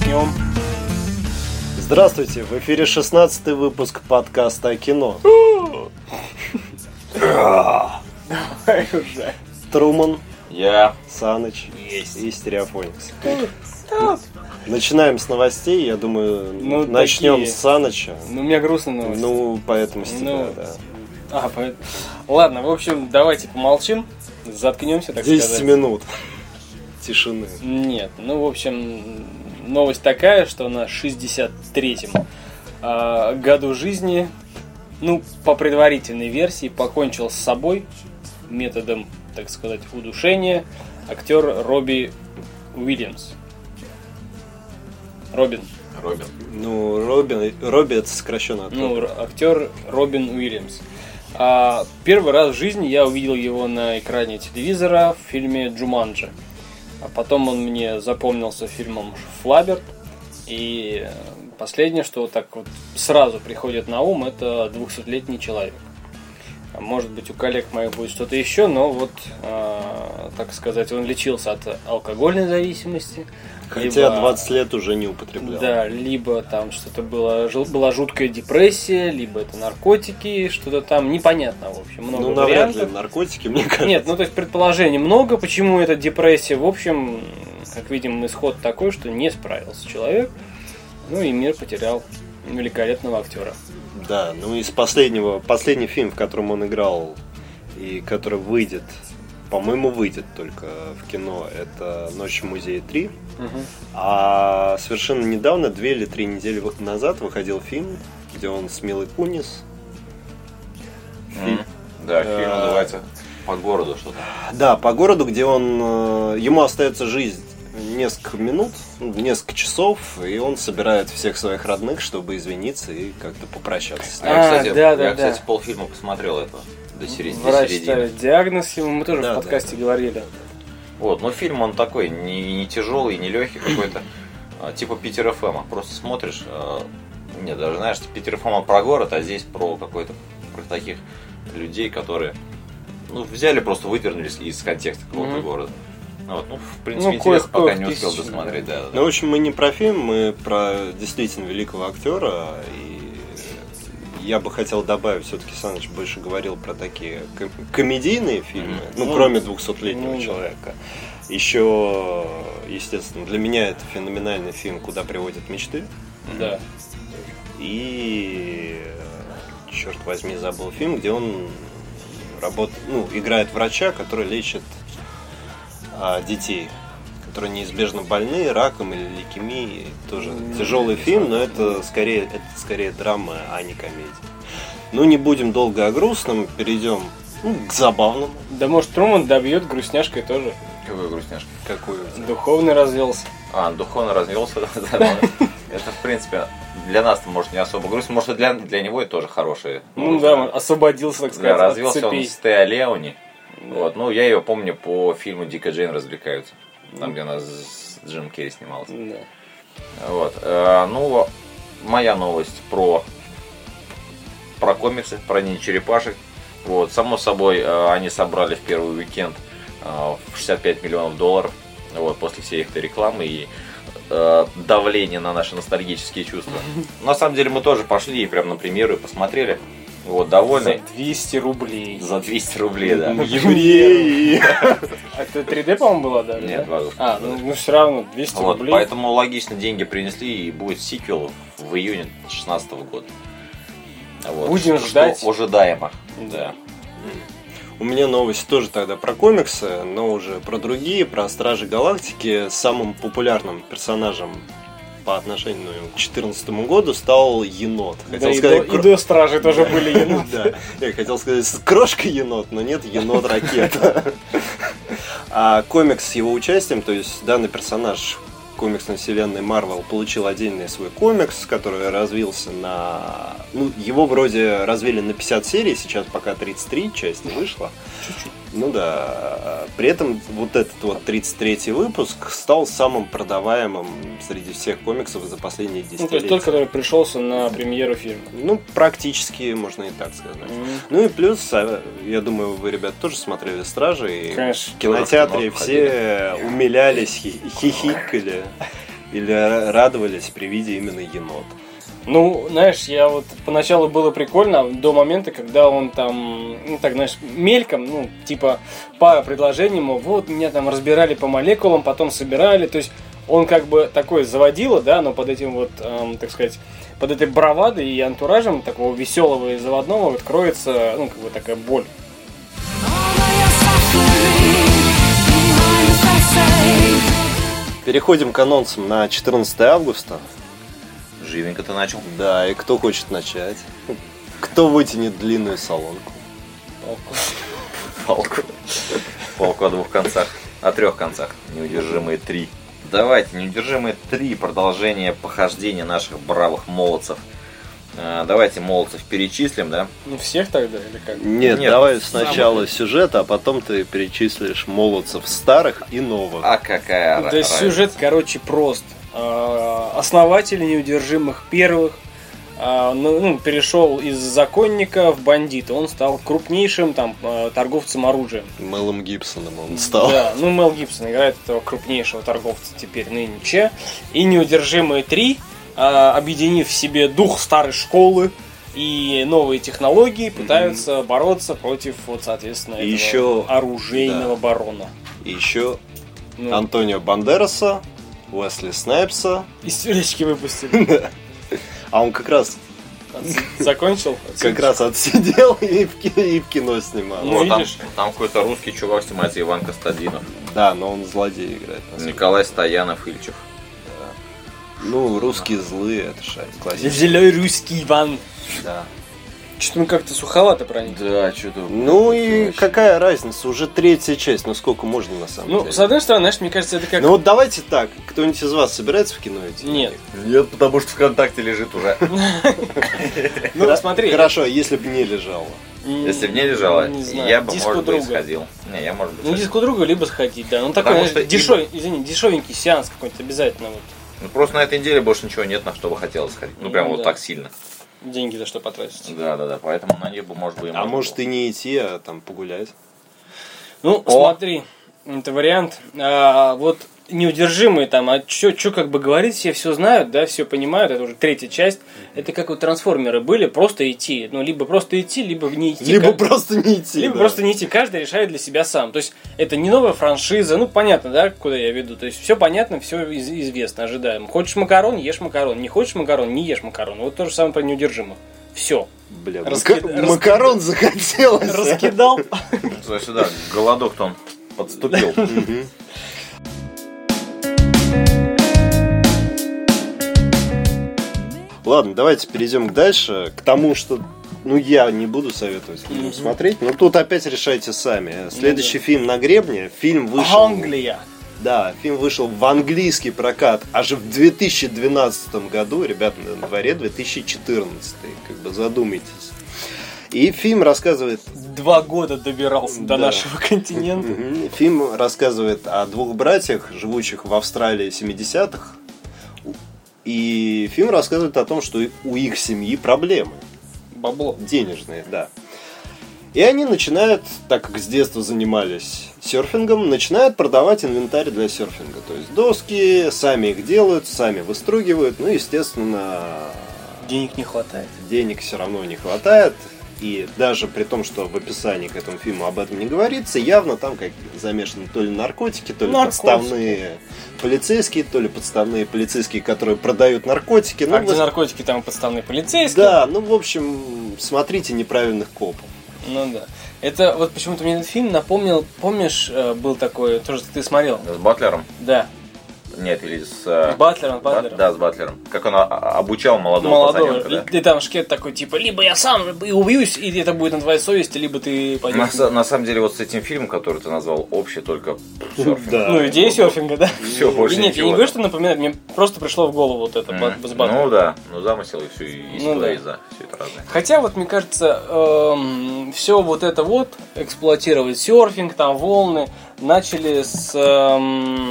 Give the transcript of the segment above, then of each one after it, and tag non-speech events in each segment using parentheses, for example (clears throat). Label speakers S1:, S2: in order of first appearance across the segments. S1: начнем. Здравствуйте, в эфире 16 выпуск подкаста о кино. Труман,
S2: Я.
S1: Саныч
S2: Есть.
S1: и Стереофоникс. Начинаем с новостей, я думаю,
S3: Ну,
S1: начнем
S3: такие.
S1: с Саныча.
S3: Ну, у меня грустная новость.
S1: Ну, поэтому с тебя,
S3: Ну,
S1: да.
S3: А, по- Ладно, в общем, давайте помолчим, заткнемся, так
S1: 10
S3: сказать.
S1: минут тишины.
S3: Нет, ну, в общем, новость такая, что на 63-м а, году жизни, ну, по предварительной версии, покончил с собой методом, так сказать, удушения актер Робби Уильямс. Робин.
S2: Робин.
S1: Ну, Робин, Робби это сокращенно от
S3: Ну,
S1: Робби.
S3: р- актер Робин Уильямс. А, первый раз в жизни я увидел его на экране телевизора в фильме Джуманджи. А потом он мне запомнился фильмом Флаберт. И э, последнее, что вот так вот сразу приходит на ум, это 200-летний человек. А Может быть, у коллег моих будет что-то еще, но вот, э, так сказать, он лечился от алкогольной зависимости.
S1: Хотя
S3: либо-
S1: 20 лет уже не употреблял.
S3: да, либо там что-то было, жил- была жуткая депрессия, либо это наркотики, что-то там непонятно, в общем, много
S1: ну, навряд ли
S3: вариантов.
S1: наркотики, мне кажется.
S3: Нет, ну то есть предположений много, почему это депрессия, в общем, как видим, исход такой, что не справился человек, ну и мир потерял великолепного актера.
S1: Да, ну из последнего, последний фильм, в котором он играл и который выйдет, по-моему, выйдет только в кино, это «Ночь в музее 3». А совершенно недавно, две или три недели вот назад, выходил фильм, где он с Милой Кунис.
S2: М. Да, фильм
S1: Да.
S3: А.
S2: называется «По городу» что-то.
S1: Да, по городу, где он... э, Ему остается жизнь несколько минут, ну, несколько часов, и он собирает всех своих родных, чтобы извиниться и как-то попрощаться с ним.
S2: А я,
S3: А,
S2: кстати,
S3: да,
S2: я,
S3: да,
S2: кстати,
S3: да.
S2: полфильма посмотрел этого. До середины. до
S3: Врач
S2: середины.
S3: ставит диагноз ему, мы тоже
S1: Да,
S3: в
S1: да,
S3: подкасте говорили.
S2: Вот, но фильм он такой, не, не тяжелый, не легкий какой-то, а, типа Питер ФМа. Просто смотришь, а, не, даже знаешь, Питер ФМа про город, а здесь про какой-то, про таких людей, которые, ну, взяли, просто выдернулись из контекста какого-то
S3: Мгм.
S2: города. Ну, вот, ну, в принципе,
S3: Ну,
S2: интересно,
S3: коих-
S2: пока
S3: коих
S2: не успел
S3: тысяч,
S2: досмотреть, да. да, да.
S1: Ну, в общем, мы не про фильм, мы про действительно великого актера. И я бы хотел добавить, все-таки Саныч больше говорил про такие ком- комедийные фильмы,
S2: Мгм.
S1: ну,
S3: Ну,
S1: кроме 200-летнего
S3: ну, да.
S1: человека. Еще, естественно, для меня это феноменальный фильм «Куда приводят мечты».
S3: Да.
S1: И, черт возьми, забыл фильм, где он работает, ну, играет врача, который лечит а, детей, которые неизбежно больны раком или лейкемией. Тоже
S3: Ну,
S1: тяжелый фильм, но это скорее, это скорее драма, а не комедия. Ну, не будем долго о грустном, перейдем ну, к забавному.
S3: Да может Труман добьет грустняшкой тоже.
S2: Какой грустняшка.
S1: Какую?
S3: Духовный развелся.
S2: А, духовно развелся. (laughs) да, да, да. Это, в принципе, для нас, может, не особо грусть. Может, и для, для него это тоже хорошие.
S3: Ну да, он освободился, так сказать,
S2: Да,
S3: от
S2: развелся он
S3: цепей.
S2: с Теа Леони. Вот, ну, я ее помню по фильму «Дика Джейн развлекаются». Там, где она с Джим Керри снималась.
S3: Да.
S2: Вот. э, Ну, моя новость про про комиксы, про черепашек. Вот, само собой, э, они собрали в первый уикенд э, в 65 миллионов долларов. Вот, после всей этой рекламы и э, давления на наши ностальгические (laughs) чувства. На самом деле мы тоже пошли и прям на премьеру и посмотрели. Вот, довольны.
S3: 200 рублей.
S2: За 200 рублей, да.
S1: Евреи!
S3: А это 3D, по-моему, была, да?
S2: Нет,
S3: да?
S2: Вазов.
S3: А, ну, все равно, 200
S2: Вот,
S3: рублей.
S2: поэтому логично деньги принесли и будет сиквел в июне 2016 года. Вот,
S3: Будем
S2: что
S3: ждать.
S2: Ожидаемо.
S3: Да.
S1: У меня новость тоже тогда про комиксы, но уже про другие, про Стражи Галактики. Самым популярным персонажем по отношению к 2014 году стал енот.
S3: да,
S1: Хотел
S3: и,
S1: сказать,
S3: до, и
S1: кро-
S3: до стражи тоже были Ну, еноты.
S1: Да. я хотел сказать с- крошка енот, но нет, енот ракета. А комикс с его участием, то есть данный персонаж комиксной вселенной Марвел получил отдельный свой комикс, который развился на... Ну, его вроде развили на 50 серий, сейчас пока 33 части вышло. Ну да, при этом вот этот вот 33-й выпуск стал самым продаваемым среди всех комиксов за последние 10
S3: Ну, то есть тот, который пришелся на премьеру фильма.
S1: Ну, практически, можно и так сказать.
S3: М,
S1: Ну и плюс, а, я думаю, вы, ребят, тоже смотрели «Стражи», и
S3: Конечно.
S1: в кинотеатре
S2: Тоже в кино
S1: все умилялись, хи- хихикали. или радовались при виде именно енота?
S3: Ну, знаешь, я вот поначалу было прикольно а до момента, когда он там, ну так, знаешь, мельком, ну, типа, по предложениям, мол, вот меня там разбирали по молекулам, потом собирали, то есть он как бы такой заводило, да, но под этим вот, эм, так сказать, под этой бравадой и антуражем такого веселого и заводного вот кроется, ну, как бы такая боль. (laughs)
S1: Переходим к анонсам на 14 августа.
S2: Живенько ты начал. (laughs)
S1: Да, и кто хочет начать? Кто вытянет длинную солонку?
S2: Палку. Палку о двух концах. О трех концах. Неудержимые три. Давайте, неудержимые три. Продолжение похождения наших бравых молодцев. Э, Давайте молодцев перечислим, да?
S3: Ну, всех тогда или как?
S1: Нет,
S2: Нет,
S1: давай
S2: сам-
S1: сначала сюжет, а потом ты перечислишь молодцев старых и новых.
S2: А какая
S3: Да
S2: ра-
S3: сюжет, короче, прост. А, Основатель неудержимых первых а, ну, ну, перешел из законника в бандита. Он стал крупнейшим там а, торговцем оружием.
S1: Мэлом Гибсоном он стал.
S3: Да, ну Мел Гибсон играет этого крупнейшего торговца теперь нынче. И неудержимые три, а, объединив в себе дух старой школы и новые технологии, пытаются бороться против, вот, соответственно,
S1: И
S3: этого
S1: еще-
S3: оружейного барона.
S1: И еще
S3: Ну,
S1: Антонио Бандераса, Уэсли Снайпса.
S3: Из тюречки выпустили.
S1: А он как раз,
S3: Отс- Закончил?
S1: как раз отсидел и в, ки- и в кино снимал.
S3: Ну,
S2: О, там,
S3: видишь?
S2: там какой-то русский чувак снимается, Иван Костадинов.
S1: Да, но он злодей играет. на самом деле.
S2: Николай Стоянов Ильчев.
S1: Ну, русские злые, это шайс, классика.
S3: Зелёй русский Иван.
S1: Да.
S3: Что-то мы как-то суховато проникли.
S2: Да, что-то...
S1: Ну и какая разница, уже третья часть, ну сколько можно на самом
S3: Ну,
S1: деле?
S3: с одной стороны, знаешь, мне кажется, это как...
S1: Ну вот давайте так, кто-нибудь из вас собирается в кино идти?
S2: (laughs)
S3: Нет.
S2: Нет, потому что ВКонтакте лежит уже.
S3: (laughs) Ну,
S1: Хра-
S3: смотри.
S1: Хорошо, если бы не лежало.
S3: м,
S2: Если бы не лежала,
S3: не знаю,
S2: я бы,
S3: диску
S2: может быть,
S3: друга.
S2: сходил. Не, я, может быть,
S3: Ну,
S2: сходил.
S3: диску друга либо сходить, да. Ну, такой,
S2: Потому
S3: знаешь,
S2: что и-
S3: дешёв- извини, дешевенький сеанс какой-нибудь обязательно. Вот.
S2: Ну, просто на этой неделе больше ничего нет, на что бы хотелось сходить. Ну,
S3: Ну,
S2: прям
S3: да.
S2: вот так сильно.
S3: Деньги за что потратить.
S2: Да, да, да. Поэтому на ней бы, может быть, и
S1: А
S2: можно
S1: может
S2: было.
S1: и не идти, а там погулять.
S3: Ну,
S2: О!
S3: смотри, это вариант. А, вот неудержимые там, а чё, чё как бы говорить, все все знают, да, все понимают, это уже третья часть. Это как вот трансформеры были, просто идти. Ну, либо просто идти, либо не идти.
S1: Либо
S3: как-
S1: просто не идти.
S3: Либо
S1: да.
S3: просто не идти, каждый решает для себя сам. То есть это не новая франшиза, ну понятно, да, куда я веду. То есть все понятно, все известно, ожидаем. Хочешь макарон, ешь макарон. Не хочешь макарон, не ешь макарон. Вот то же самое про неудержимых. Все.
S1: Бля,
S3: Раскид-
S1: мака-
S3: раскид-
S1: макарон захотелось.
S3: Раскидал.
S2: Сюда, сюда. Голодок-то он
S1: (laughs)
S2: подступил.
S1: Мгм. Ладно, давайте перейдем к дальше, к тому, что ну я не буду советовать людям
S3: Мгм.
S1: смотреть, но тут опять решайте сами. Следующий фильм на гребне, фильм вышел.
S3: Англия.
S1: Да, фильм вышел в английский прокат аж в 2012 году, ребят, на дворе 2014, как бы задумайтесь. И фильм рассказывает
S3: Два года добирался
S1: Да.
S3: до нашего континента.
S1: Мгм. Фильм рассказывает о двух братьях, живущих в Австралии 70-х. И фильм рассказывает о том, что у их семьи проблемы
S3: Бабло.
S1: денежные, да. И они начинают, так как с детства занимались серфингом, начинают продавать инвентарь для серфинга. То есть доски, сами их делают, сами выстругивают. Ну, естественно,
S3: Денег не хватает.
S1: денег все равно не хватает. И даже при том, что в описании к этому фильму об этом не говорится, явно там как замешаны то ли наркотики, то ли
S3: Наркотики.
S1: подставные полицейские, то ли подставные полицейские, которые продают наркотики. Ну,
S3: а где
S1: вот-
S3: наркотики, там и подставные полицейские.
S1: да, ну в общем, смотрите неправильных копов.
S3: Ну да. Это вот почему-то мне этот фильм напомнил, помнишь, э, был такой, тоже ты смотрел?
S2: С Батлером?
S3: Да.
S2: Нет, или с... э,
S3: Батлером,
S2: Бат-
S3: Батлером.
S2: Да, с Батлером. Как он а- а- обучал молодого,
S3: молодого.
S2: пацаненка, да.
S3: Ну, И, и там шкет такой, типа, либо я сам и убьюсь, и это будет на твоей совести, либо ты
S2: На,
S3: пойдешь.
S2: са- на самом деле, вот с этим фильмом, который ты назвал общий, только
S3: (laughs)
S2: серфинг.
S1: Да.
S3: Ну, идея серфинга, да?
S2: Все, больше
S3: И нет, я
S2: ничего.
S3: не говорю, что напоминает, мне просто пришло в голову вот это
S2: Мгм.
S3: бат- с Батлером.
S2: Ну да, ну замысел и все, и
S3: Ну
S2: сюда,
S3: да.
S2: и за. Все это разное.
S3: Хотя вот мне кажется, все вот это вот эксплуатировать серфинг, там волны, начали с эм,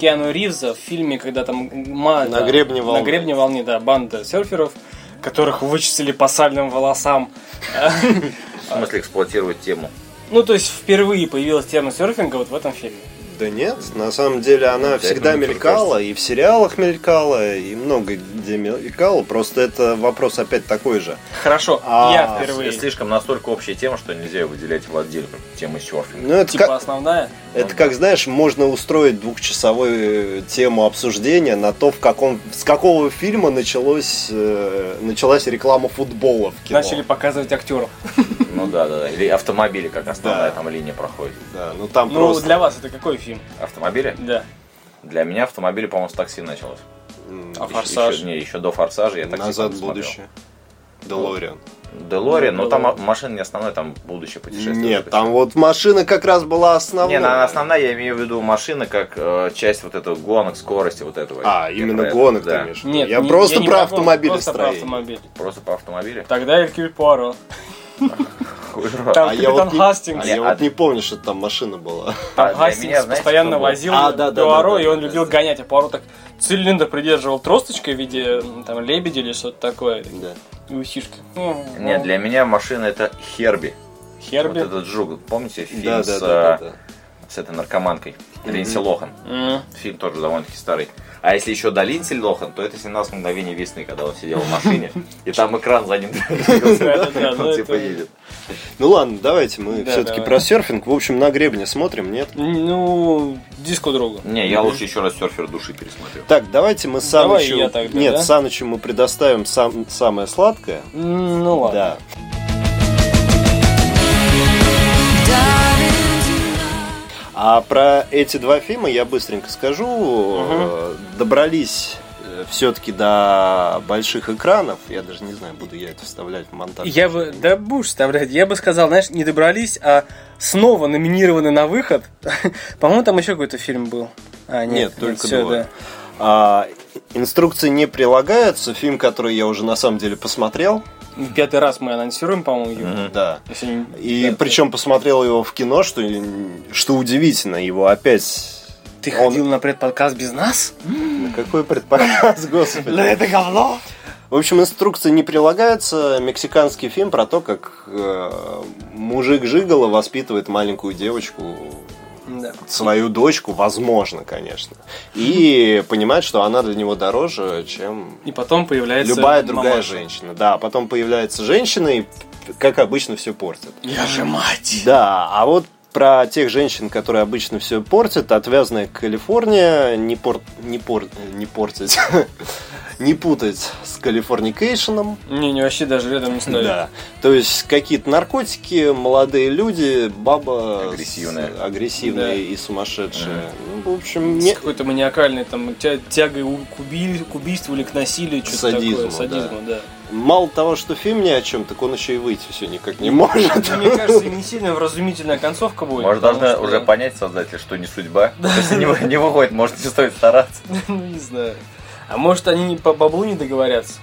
S3: Киану Ривза в фильме, когда там ма-
S1: На
S3: да,
S1: гребне волны.
S3: на гребне волны, да, банда серферов, которых вычислили по сальным волосам. А
S2: В смысле эксплуатировать тему.
S3: Ну то есть впервые появилась тема серфинга вот в этом фильме.
S1: Да нет, на самом деле она
S2: Пять
S1: всегда
S2: минут,
S1: мелькала, и в сериалах мелькала, и много где мелькала. Просто это вопрос опять такой же.
S3: Хорошо,
S1: А,
S3: я впервые.
S2: Это слишком настолько общая тема, что нельзя ее выделять в отдельную тему
S3: (laughs)
S2: серфинга.
S1: Ну, это,
S3: Типа
S1: как,
S3: основная.
S1: это как, знаешь, можно устроить двухчасовую э, тему обсуждения на то, в каком, с какого фильма началось, э, началась реклама футбола в кино.
S3: Начали показывать актеров.
S2: Ну да, да, да. Или автомобили, как основная
S1: Да.
S2: там линия проходит.
S1: Да, ну там
S3: Ну,
S1: просто...
S3: для вас это какой фильм?
S2: Автомобили?
S3: Да.
S2: Для меня автомобили, по-моему, с такси началось.
S1: м,
S3: А
S2: Еще-
S3: «Форсаж»?
S2: Еще, не, еще до форсажа я такси
S1: Назад в
S2: потом смотрел.
S1: будущее. Делориан.
S2: Делориан, но
S3: Ну,
S2: там а,
S3: «Делориан».
S2: машина не основная, там будущее путешествие.
S1: Нет, там вот машина как раз была основной.
S2: Не, на- основная, я имею в виду машина как э, часть вот этого гонок, скорости вот этого.
S1: А,
S2: Я
S1: именно
S2: про это,
S1: гонок
S2: да.
S1: ты имеешь? в виду?
S3: Нет,
S1: я
S3: не-
S1: просто
S3: не
S1: про
S3: гонку,
S1: автомобиль
S3: Просто про автомобиль.
S2: Просто по автомобилю? (laughs)
S3: Тогда Эркюль Пуаро.
S2: Хуй в рот.
S3: Там
S1: А я вот
S3: капитан
S1: не-
S3: Хастингс.
S1: А я
S2: Не,
S1: вот
S2: а-
S1: не помню, что там машина была. (laughs)
S2: А
S3: Там
S2: для
S3: Хастингс
S2: меня, знаете,
S3: постоянно
S2: что было?
S3: возил
S1: А, да, да,
S3: Пуаро,
S1: да, да,
S3: и он
S1: да,
S3: любил
S1: да.
S3: гонять, а Пуаро так цилиндр придерживал тросточкой в виде м, там, лебедя или что-то такое,
S1: Да.
S3: и усишки. ну,
S2: Нет, для меня машина это Херби.
S3: Херби.
S2: Вот этот жук, помните фильм
S1: Да,
S2: с,
S1: да, да,
S2: э,
S1: да,
S2: с этой наркоманкой Линдси Лохан?
S3: М.
S2: Фильм тоже довольно-таки старый. А если еще до Линдси Лохан, то это 17 мгновений весны, когда он сидел в машине, и там экран за ним (laughs)
S3: Да, да, да, ну
S2: он типа
S3: это-
S2: едет.
S1: да. Ну ладно, давайте мы
S3: Да,
S1: все-таки
S3: давай.
S1: про серфинг. В общем, на гребне смотрим, нет?
S3: Ну, диско друга.
S2: Не, я лучше еще раз серфер души пересмотрю.
S1: Так, давайте мы
S3: Давай
S1: Санычу...
S3: я тогда,
S1: Нет,
S3: да?
S1: Санычу мы предоставим сам... самое сладкое.
S3: М, Ну ладно.
S1: Да. А про эти два фильма я быстренько скажу. Э, Добрались все-таки до больших экранов. Я даже не знаю, буду я это вставлять в монтаж.
S3: Я бы, да будешь вставлять, я бы сказал, знаешь, не добрались, а снова номинированы на выход. (laughs) По-моему, там еще какой-то фильм был. А,
S1: Нет,
S3: нет,
S1: только
S3: всё,
S1: двое.
S3: да.
S1: А, инструкции не прилагаются. Фильм, который я уже на самом деле посмотрел.
S3: Пятый раз мы анонсируем, по-моему, его.
S1: Да.
S3: Если не-
S1: И
S3: да,
S1: причем посмотрел его в кино, что, что удивительно, его опять...
S3: Ты
S1: он-
S3: ходил на предподкаст без нас?
S1: На какой предпоказ, (laughs) господи.
S3: это говно!
S1: В общем, инструкции не прилагаются. Мексиканский фильм про то, как э, мужик Жигала воспитывает маленькую девочку,
S3: Да.
S1: свою дочку, возможно, конечно. И понимает, что она для него дороже, чем
S3: И потом появляется...
S1: любая другая
S3: мамаша.
S1: женщина. Да, а потом появляется женщина и, как обычно, все портит.
S3: Я же мать!
S1: Да, а вот про тех женщин, которые обычно все портят, отвязная Калифорния, не, пор... не, пор... не портить, (laughs) не путать с Калифорникейшеном.
S3: Не, не, вообще даже рядом не стоит.
S1: Да. То есть какие-то наркотики, молодые люди, баба с-
S2: Агрессивная.
S1: агрессивная
S3: Да.
S1: и сумасшедшая. Ну, в общем, не...
S3: С какой-то маниакальной там тя- тягой у- к, уби- к убийству или к насилию,
S1: К
S3: что-то такое.
S1: садизму,
S3: Садизму, да.
S1: мало того, что фильм ни о чем, так он еще и выйти все никак не может.
S3: Ну, Мне кажется, не сильно вразумительная концовка будет.
S2: Может,
S3: потому
S2: должны
S3: что- (laughs)
S2: уже понять создатели, что не судьба. Если не вы- не выходит, может, не стоит стараться.
S3: Ну, не знаю. А может, они не по баблу не договорятся?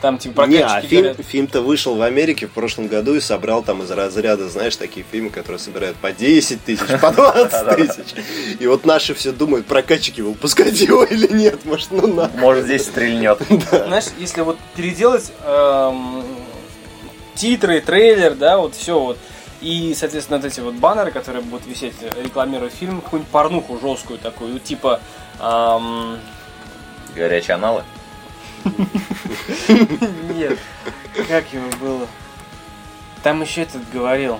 S3: Там, типа,
S1: Не, а
S3: прокатчики
S1: фильм,
S3: говорят,
S1: фильм-то вышел в Америке в прошлом году и собрал там из разряда, знаешь, такие фильмы, которые собирают по 10 тысяч,
S3: (laughs)
S1: по 20 тысяч. И вот наши все думают, прокатчики выпускать его или нет, может, ну на.
S2: Может, здесь
S3: (laughs)
S2: стрельнет.
S3: Знаешь, если вот переделать эм, титры, трейлер, да, вот все вот. И, соответственно, вот эти вот баннеры, которые будут висеть, рекламируют фильм, какую-нибудь порнуху жесткую такую, типа эм,
S2: Горячие аналы.
S3: Нет. Как его было? Там еще этот говорил.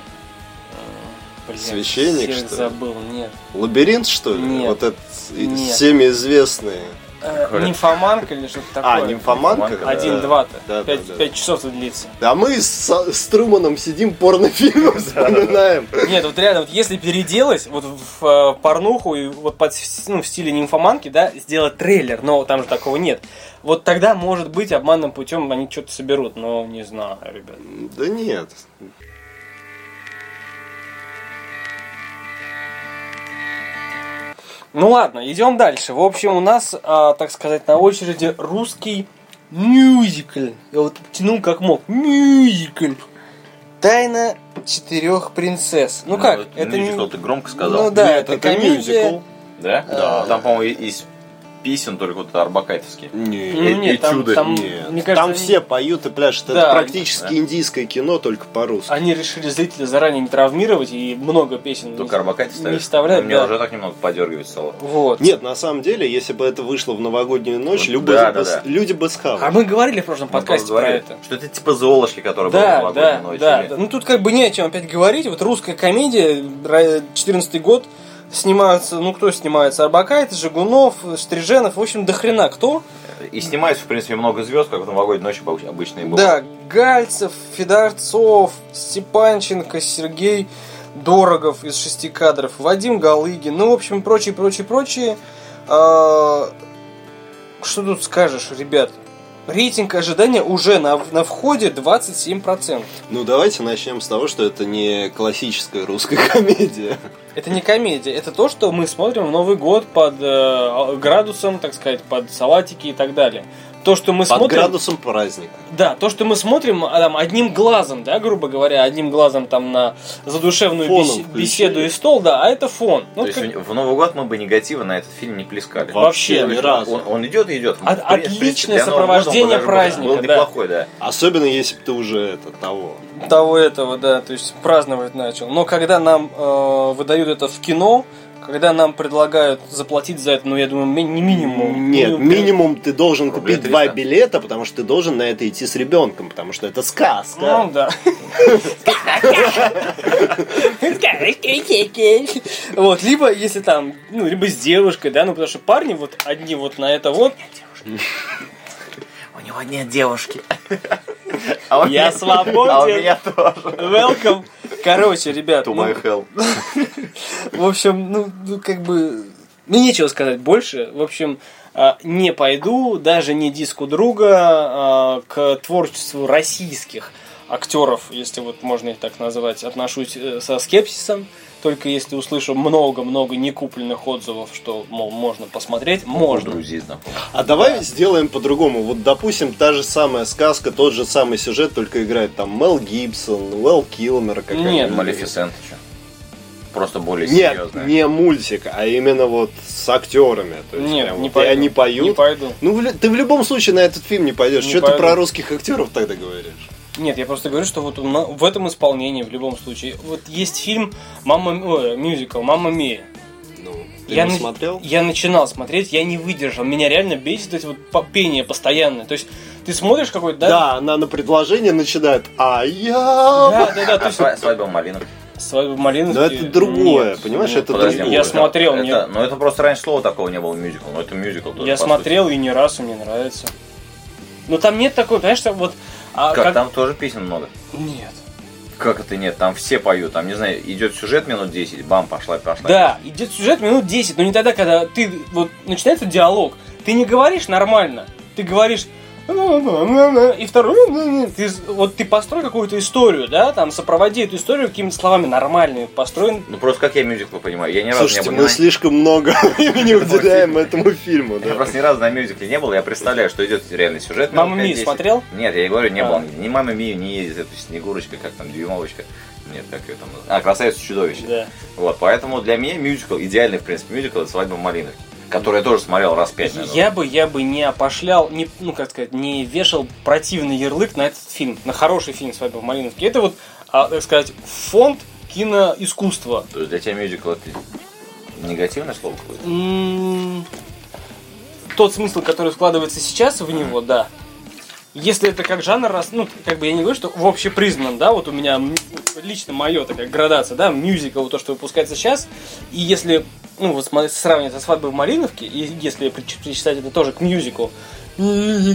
S3: э, блин,
S1: Священник,
S3: всех
S1: что ли?
S3: забыл, нет.
S1: Лабиринт, что ли?
S3: Нет.
S1: Вот этот и-
S3: Нет.
S1: всеми известный.
S3: Э,
S2: Какой?
S3: Нимфоманка или что-то такое.
S1: А, нимфоманка?
S2: Нимфоманка,
S1: да.
S3: Один-два-то.
S1: Да, да,
S3: пять,
S1: да.
S3: пять часов-то длится.
S1: А мы с, с Труманом сидим,
S3: (laughs)
S1: порнофильмы вспоминаем.
S3: Нет, вот реально, вот если переделать вот в э, порнуху и вот под с- ну, в стиле нимфоманки, да, сделать трейлер, но там же такого нет. Вот тогда, может быть, обманным путем они что-то соберут, но не знаю, ребят.
S1: Да нет.
S3: Ну ладно, идем дальше. В общем, у нас, а, так сказать, на очереди русский мюзикль. Я вот тянул как мог. Мюзикль. Тайна четырех принцесс. Ну как,
S2: это
S3: не-
S2: мюзикл, ты громко
S3: Ну
S2: сказал.
S3: да,
S1: Нет,
S3: это комедия.
S1: мюзикл.
S2: Да?
S1: Да.
S2: Там, по-моему, и- из песен только вот арбакайтовские.
S1: Не.
S2: Э,
S3: Ну, нет,
S2: и
S3: там,
S2: чудо.
S3: там,
S1: Нет.
S3: мне кажется,
S1: там
S3: они-
S1: все поют и пляшут.
S3: Да.
S1: Это практически индийское кино, только по-русски.
S3: Они решили зрителя заранее не травмировать и много песен
S2: Только арбакайте
S3: не
S2: ставишь.
S3: вставляют,
S2: Мне
S3: да.
S2: уже так немного Ну, подергивать стало.
S3: Вот.
S1: Нет, на самом деле, если бы это вышло в новогоднюю ночь,
S2: Да,
S1: любой
S2: да,
S1: бы-
S2: да.
S1: люди бы
S3: А
S1: схавали.
S3: мы говорили в прошлом подкасте
S2: Мы
S3: про
S2: говорили,
S3: это.
S2: Что это типа Золушки, которая была
S3: Да,
S2: в
S3: да,
S2: новогодней ночи.
S3: да,
S2: Или-
S3: да. Ну тут как бы не о чем опять говорить. Вот русская комедия, 14 год, снимаются, ну кто снимается? Арбакайте, Жигунов, Стриженов, в общем, до хрена кто.
S2: И снимается, в принципе, много звезд, как в новогодней ночи обыч- обычно и было.
S3: Да, Гальцев, Федорцов, Степанченко, Сергей Дорогов из шести кадров, Вадим Галыгин, ну, в общем, прочие, прочие, прочие. А, Что тут скажешь, ребят? Рейтинг ожидания уже на, на входе 27%.
S1: Ну давайте начнем с того, что это не классическая русская (laughs) комедия.
S3: Это не комедия, это то, что мы смотрим в Новый год под э, градусом, так сказать, под салатики и так далее. То, что мы
S1: Под
S3: смотрим...
S1: градусом праздника.
S3: Да, то, что мы смотрим а, там, одним глазом, да, грубо говоря, одним глазом там на задушевную
S1: Фоном
S3: бесе-
S1: включили.
S3: беседу и стол, да, а это фон. Ну,
S2: То есть
S3: как-
S2: в в Новый год мы бы негатива на этот фильм не плескали.
S3: Вообще
S1: ни
S2: Он-
S1: разу.
S2: Он, он идет и идет.
S3: От-
S2: В принципе,
S3: отличное
S2: для Нового года он
S3: сопровождение
S2: даже был-
S3: праздника,
S2: Был
S3: да.
S2: неплохой, да.
S1: Особенно если бы ты уже это того.
S3: того этого, да, то есть праздновать начал. Но когда нам э, выдают это в кино, когда нам предлагают заплатить за это, ну, я думаю, ми- не минимум.
S1: Нет,
S3: ну,
S1: минимум ты должен
S2: Рублей
S1: купить два
S2: 300.
S1: билета, потому что ты должен на это идти с ребенком, потому что это сказка.
S3: Ну, да. (laughs) Вот, либо если там, ну, либо с девушкой, да, ну, потому что парни вот одни вот на это вот,
S2: У него нет девушки. (laughs) А у
S3: Я
S2: меня-
S3: свободен.
S2: А у меня тоже.
S3: welcome. Короче, ребят,
S2: To
S3: ну,
S2: my hell.
S3: В общем, ну, ну, как бы... Мне нечего сказать больше. В общем, а, не пойду, даже не диску друга, а, к творчеству российских актеров, если вот можно их так назвать, отношусь э, со скепсисом. Только если услышу много-много некупленных отзывов, что, мол, можно посмотреть, можно.
S2: Друзей знакомых.
S1: А давай сделаем по-другому. Вот, допустим, та же самая сказка, тот же самый сюжет, только играет там Мел Гибсон, Уэлл Килмер какая-нибудь.
S3: Нет.
S2: Малефисент еще. Просто более
S1: Нет,
S2: серьезная.
S1: не мультик, а именно вот с актерами. То есть
S3: Нет,
S1: прям вот
S3: не
S1: и
S3: пойду.
S1: они поют.
S3: Не пойду.
S1: Ну, в лю- ты в любом случае на этот фильм не пойдешь.
S3: Не
S1: Что ты
S3: пойду.
S1: про русских актеров тогда говоришь?
S3: Нет, я просто говорю, что вот у на- в этом исполнении, в любом случае, вот есть фильм «Мама... М- ой, мюзикл «Мамма Мия».
S1: Ну, ты
S3: Я
S1: не
S3: на-
S1: смотрел?
S3: Я начинал смотреть, я не выдержал. Меня реально бесит эти вот по- пение постоянное. То есть ты смотришь какой-то,
S1: Да?
S3: да?
S1: она на предложение начинает «А я...»
S3: Да, да, да, то
S2: А
S3: есть
S2: сва- свадьба малина.
S3: свадьба Малиновки.
S1: Но это другое,
S3: Нет,
S1: понимаешь,
S3: нет.
S1: это
S2: Подожди,
S1: другое.
S3: Я смотрел,
S2: это,
S3: мне-
S2: Ну это просто раньше слова такого не было мюзикл, но это мюзикл тоже.
S3: Я
S2: по
S3: смотрел и не раз, и мне нравится. Но там нет такой, понимаешь, там вот... а
S2: сути. Как, там тоже песен много.
S3: Нет.
S2: Как это нет? Там все поют, там, не знаю, идет сюжет минут 10, бам, пошла, пошла.
S3: Да, идет сюжет минут 10, но не тогда, когда ты... Вот начинается диалог, ты не говоришь нормально, ты говоришь... И второй, ты, вот ты построй какую-то историю, да, там сопроводи эту историю какими-то словами нормальными, построй
S2: Ну просто как я мюзиклы понимаю, я ни разу
S1: Слушайте,
S2: не был.
S1: мы слишком
S3: (laughs)
S1: много времени уделяем этому фильму,
S2: Я
S1: да?
S2: просто ни разу на мюзикле не был, я представляю, что идет реально сюжет.
S3: Мамма
S2: минут
S3: Мия
S2: 5-10.
S3: смотрел?
S2: Нет, я и говорю, не
S3: А.
S2: было. Ни Мама Мия, ни эта Снегурочка, как там, Дюймовочка. Нет, как ее там... называют? А, Красавица и Чудовище.
S3: Да.
S2: Вот, поэтому для меня мюзикл, идеальный, в принципе, мюзикл, это «Свадьба Малиновки», который я тоже смотрел раз пять, наверное.
S3: Я бы, я бы не опошлял, не, ну как сказать, не вешал противный ярлык на этот фильм, на хороший фильм «Свадьба в Малиновке». Это вот, а, так сказать, фонд киноискусства.
S2: То есть для тебя мюзикл это негативное
S3: (laughs)
S2: слово какое-то?
S3: М, Тот смысл, который складывается сейчас в него, да. Если это как жанр, рас- ну, как бы я не говорю, что в общепризнанном, да, вот у меня м- лично мое такая градация, да, мюзикл, то, что выпускается сейчас, и если, ну, вот смо- сравнивать со свадьбой в Малиновке, и если прич- причитать это тоже к мюзиклу,
S2: Потому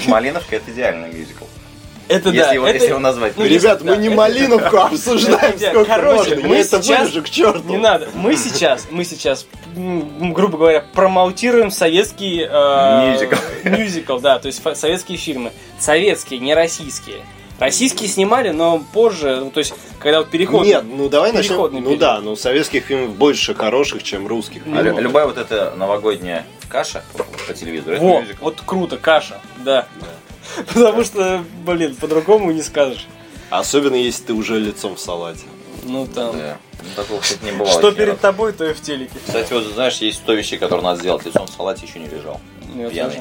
S2: что Малиновка это идеальный мюзикл.
S3: (laughs) это
S2: если,
S3: да,
S2: его,
S3: это-
S2: если его назвать.
S3: ну,
S1: Ребят, мы
S3: да,
S1: не
S3: это- (laughs)
S1: Малиновку обсуждаем
S3: Друзья,
S1: сколько
S3: короче,
S1: можно.
S3: мы
S1: Я это
S3: сейчас-
S1: вырежу к черту.
S3: Не надо. Мы сейчас, мы сейчас, м, грубо говоря, промоутируем советский э,
S2: Мюзикл.
S3: мюзикл, да, то есть фа- советские фильмы. Советские, не российские. Российские снимали, но позже, ну, то есть, когда вот переход...
S1: Нет, ну давай начнем.
S3: Переходный
S1: Ну
S3: период.
S1: да, но советских фильмов больше хороших, чем русских.
S2: А лю-
S1: Ну,
S2: любая вот эта новогодняя каша по телевизору, это
S3: Во,
S2: мюзикл.
S3: вот круто, каша, да. Потому что, блин, по-другому не скажешь.
S1: Особенно если ты уже лицом в салате.
S3: Ну, там...
S2: Да. Ну, Такого, кстати, не бывает.
S4: Что
S2: ни
S4: перед
S2: разу.
S4: тобой, то и в телеке.
S2: Кстати, вот знаешь, есть 100 вещей, которые надо сделать, лицом в салате еще не лежал.
S3: Я
S2: Пьяный.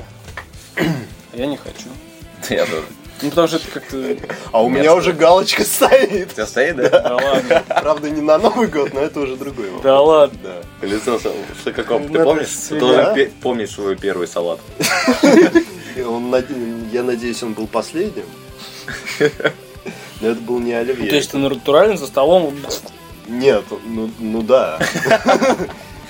S3: тоже. (clears throat) Я не хочу.
S2: (laughs) Я тоже.
S3: Ну, потому что это как-то...
S1: А у меня уже галочка (laughs)
S2: У
S1: стоит.
S2: тебя стоит, да?
S4: Да ладно.
S1: Правда, не на Новый год, но это уже другой вопрос.
S4: Да ладно.
S1: Да.
S2: Лицо, в салате. что каком?
S4: Ну,
S2: Ты
S4: это
S2: помнишь?
S4: с
S2: Ты
S4: меня.
S2: должен пе- помнить свой первый салат.
S1: И он над- Я надеюсь, он был
S3: (laughs)
S1: последним. Но это был не
S3: Ну,
S1: Оливье.
S3: То есть ты натурально за столом...
S1: Нет, ну, ну да. (laughs)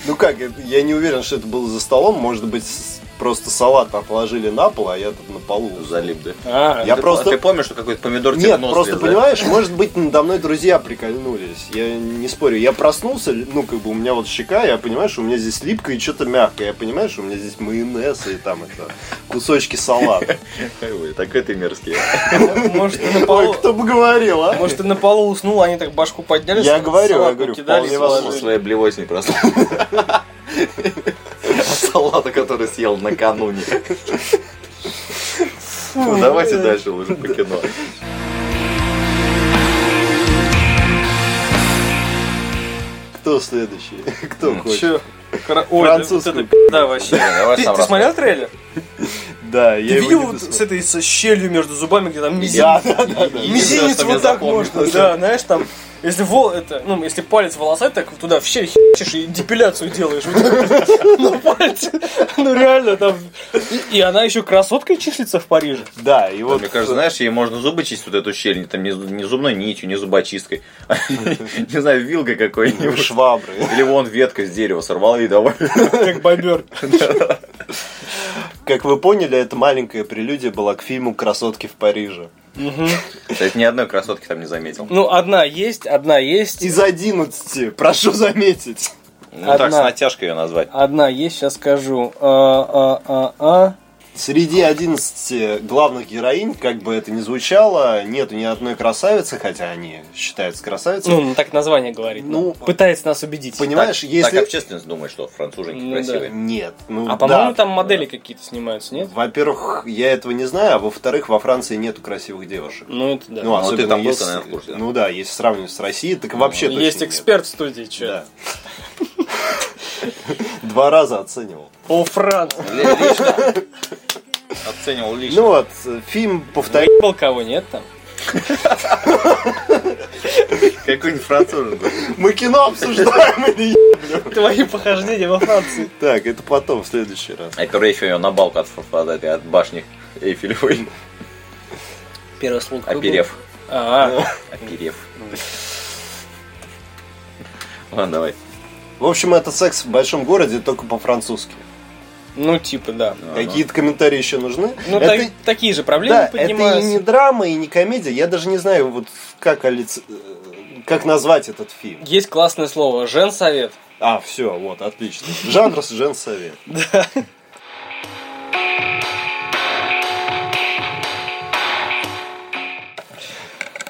S1: Ну как, это- я не уверен, что это было за столом. Может быть, с- просто салат отложили на пол, а я тут на полу.
S2: Залип, да?
S3: А,
S1: Я
S2: Ты-
S1: просто-
S2: Ты помнишь, что какой-то помидор тебе в
S1: Нет,
S2: нос
S1: просто
S2: лез, да?
S1: понимаешь, может быть, надо мной друзья прикольнулись. Я не спорю. Я проснулся, ну, как бы у меня вот щека, я понимаю, что у меня здесь липко и что-то мягкое. Я понимаю, что у меня здесь майонез и там это кусочки салата.
S3: (laughs)
S2: Ой, Такой ты мерзкий.
S3: может, ты на полу...
S1: Ой, кто бы говорил, а?
S3: Может, ты на полу уснул, они так башку подняли,
S1: Я
S3: с-
S1: говорю,
S3: салат
S1: я говорю,
S3: накидали,
S1: вполне
S3: сложили.
S1: возможно.
S2: Своей блевой с ней проснулся. От Салата, который съел накануне. Ну, давайте дальше лучше по кино.
S1: Кто следующий? (laughs) Кто хочет?
S3: Ну, Чё? Кра- Ой, да вот
S1: Французскую
S3: это пи***да вообще.
S2: Давай
S3: Ты,
S2: сам
S3: ты
S2: раз-
S3: смотрел трейлер?
S1: Да, я
S3: Ты видел
S1: его не
S3: вот с
S1: досмотрел.
S3: этой со щелью между зубами, где там мизинец?
S1: Да, да, да, да.
S2: Единственное,
S3: Мизинец вот
S2: что мне
S3: так
S2: запомнилось.
S3: можно, да, знаешь, там, если вол, это, ну, если палец волосатый, так туда в щель хи***ешь и депиляцию делаешь. Вот (laughs) так. Ну, палец, ну, реально, там, И- и она еще красоткой числится в Париже.
S1: Да, и
S2: Да,
S1: вот...
S2: Мне кажется, знаешь, ей можно зубы чистить вот эту щель, там не, зу- не зубной нитью, не зубочисткой, (laughs) а, не знаю, вилкой
S1: э,
S2: какой-нибудь.
S1: Швабры.
S2: Или вон ветка с дерева сорвала и давай.
S3: Как бобер.
S1: Как вы поняли, это маленькая прелюдия была к фильму «Красотки в Париже».
S2: Кстати, ни одной красотки там не заметил.
S3: Ну, одна есть, одна есть.
S1: Из 11, прошу заметить.
S2: Ну так, с
S3: Одна.
S2: натяжкой ее назвать.
S3: Одна есть, сейчас скажу. А, а, а,
S1: Среди 11 главных героинь, как бы это ни звучало, нету ни одной красавицы, хотя они считаются
S3: а.
S1: красавицами.
S3: Ну, так название говорит.
S1: Ну,
S3: Ну, пытается нас убедить.
S1: Понимаешь,
S2: так,
S1: если...
S2: так общественность думает, что француженки
S3: Ну да.
S2: красивые.
S1: Нет, ну
S3: А по-моему,
S1: да.
S3: там модели какие-то снимаются, нет?
S1: Во-первых, я этого не знаю, а во-вторых, во Франции нету красивых девушек.
S3: Ну, это да.
S1: Ну,
S2: а ты
S1: особенно
S2: там был,
S1: если-
S2: ты, наверное, в курсе, да? Ну,
S1: Ну да, если сравнивать с Россией, так вообще точно
S3: Есть
S1: нет.
S3: эксперт в студии, че.
S1: Да. (laughs) Два раза оценивал.
S3: О, Франц.
S2: Л-
S3: (laughs)
S2: Лично. Оценивал лично.
S1: Ну вот, э, фильм повторяет.
S3: Заебал кого, нет
S1: (laughs)
S3: там?
S2: Какой-нибудь француженку.
S1: Мы кино обсуждаем или е-
S3: Твои похождения во Франции.
S1: Так, это потом, в следующий раз.
S2: А который еще ее на балку от, ф- от этой, от башни Эйфелевой.
S3: Ну, Первый слуг.
S2: Оперев.
S3: А,
S2: Оперев. Ладно, давай.
S1: В общем, это секс в большом городе только по-французски.
S3: ну типа, да.
S2: А,
S1: Какие-то комментарии еще нужны?
S3: Ну,
S1: это...
S3: так- такие же
S1: Да,
S3: проблемы
S1: это и не
S3: поднимаются.
S1: драма, и не комедия. Я даже не знаю, вот как, олиц- э, как назвать этот фильм.
S3: Есть классное слово «женсовет».
S1: А, все, вот, отлично. Жанр с женсовет.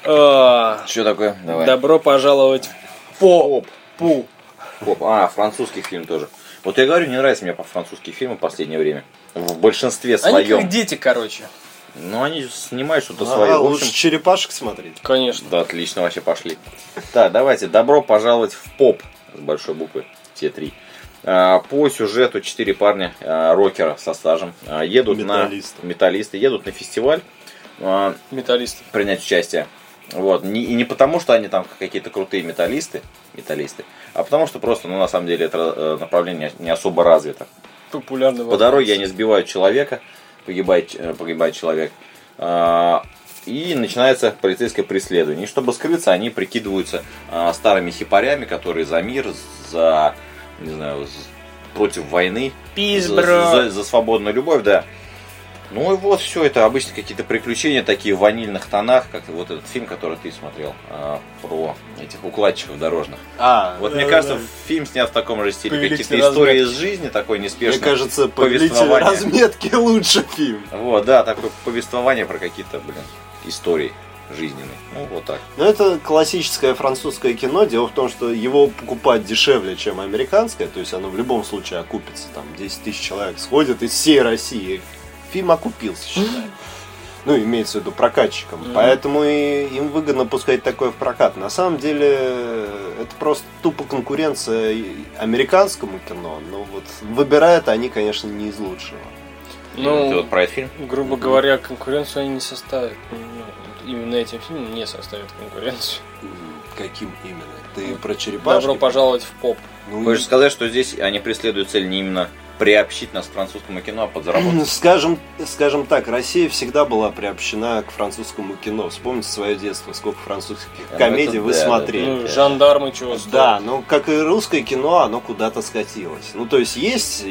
S3: А,
S2: Что такое? Давай.
S3: Добро пожаловать в попу.
S2: Оп, А, французский фильм тоже. Вот я говорю, не нравятся мне по- французские фильмы в последнее время. В большинстве
S3: Они как
S2: своем.
S3: дети, короче.
S2: Ну, они снимают что-то свое.
S1: Ага,
S2: В общем,
S1: лучше черепашек смотреть.
S3: Конечно.
S2: Да, отлично, вообще пошли. Так, давайте, добро пожаловать в поп с большой буквы Т3. А, По сюжету четыре парня а, рокера со стажем а, едут
S1: Металлисты.
S2: на металлисты едут на фестиваль а,
S3: Металлист.
S2: принять участие. Вот. Не- И не потому, что они там какие-то крутые металлисты, металлисты, а потому что просто, ну, на самом деле, это э, направление не особо развито.
S3: Популярный
S2: По дороге они сбивают человека, погибает, э, погибает человек. А, И начинается полицейское преследование. И чтобы скрыться, они прикидываются а, старыми хипарями, которые за мир, за, не знаю, з- против войны,
S3: Пиз,
S2: за,
S3: бро.
S2: за- за свободную любовь, да. Ну и вот все это обычно какие-то приключения такие в ванильных тонах, как вот этот фильм, который ты смотрел а, про этих укладчиков дорожных.
S1: А,
S2: Вот
S1: да,
S2: мне
S1: да,
S2: кажется,
S1: да.
S2: фильм снят в таком же стиле,
S3: Повелитель
S2: какие-то истории из жизни такой
S1: мне
S2: неспешной.
S1: кажется, повелитель
S2: повествование.
S1: разметки (laughs) лучше фильм.
S2: Вот, да, такое повествование про какие-то, блин, истории жизненные. Ну, вот так.
S1: Но это классическое французское кино. Дело в том, что его покупать дешевле, чем американское. То есть оно в любом случае окупится. Там 10 тысяч человек сходит из всей России. Фильм окупился, считай. ну, имеется в виду прокатчикам.
S3: Мгм.
S1: Поэтому и им выгодно пускать такое в прокат. На самом деле э, это просто тупо конкуренция и американскому кино. Но вот выбирают они, конечно, не из лучшего.
S2: Ну, ты вот про этот фильм?
S3: Грубо говоря, конкуренцию они не составят. Ну, вот именно этим фильмом не составят конкуренцию.
S1: М, Каким именно? Ты
S3: Ну,
S1: про черепашки?
S3: Добро пожаловать в поп.
S1: Ну,
S2: Хочешь сказать, что здесь они преследуют цель не именно приобщить нас к французскому кино, а подзаработать?
S1: Скажем, скажем так, Россия всегда была приобщена к французскому кино. Вспомните свое детство, сколько французских
S2: Ну,
S1: комедий
S2: это
S1: вы
S2: да,
S1: смотрели.
S2: Привет,
S3: Ну,
S2: да.
S3: жандармы чего стоят.
S1: Да, но как и русское кино, оно куда-то скатилось. Ну, то есть есть и-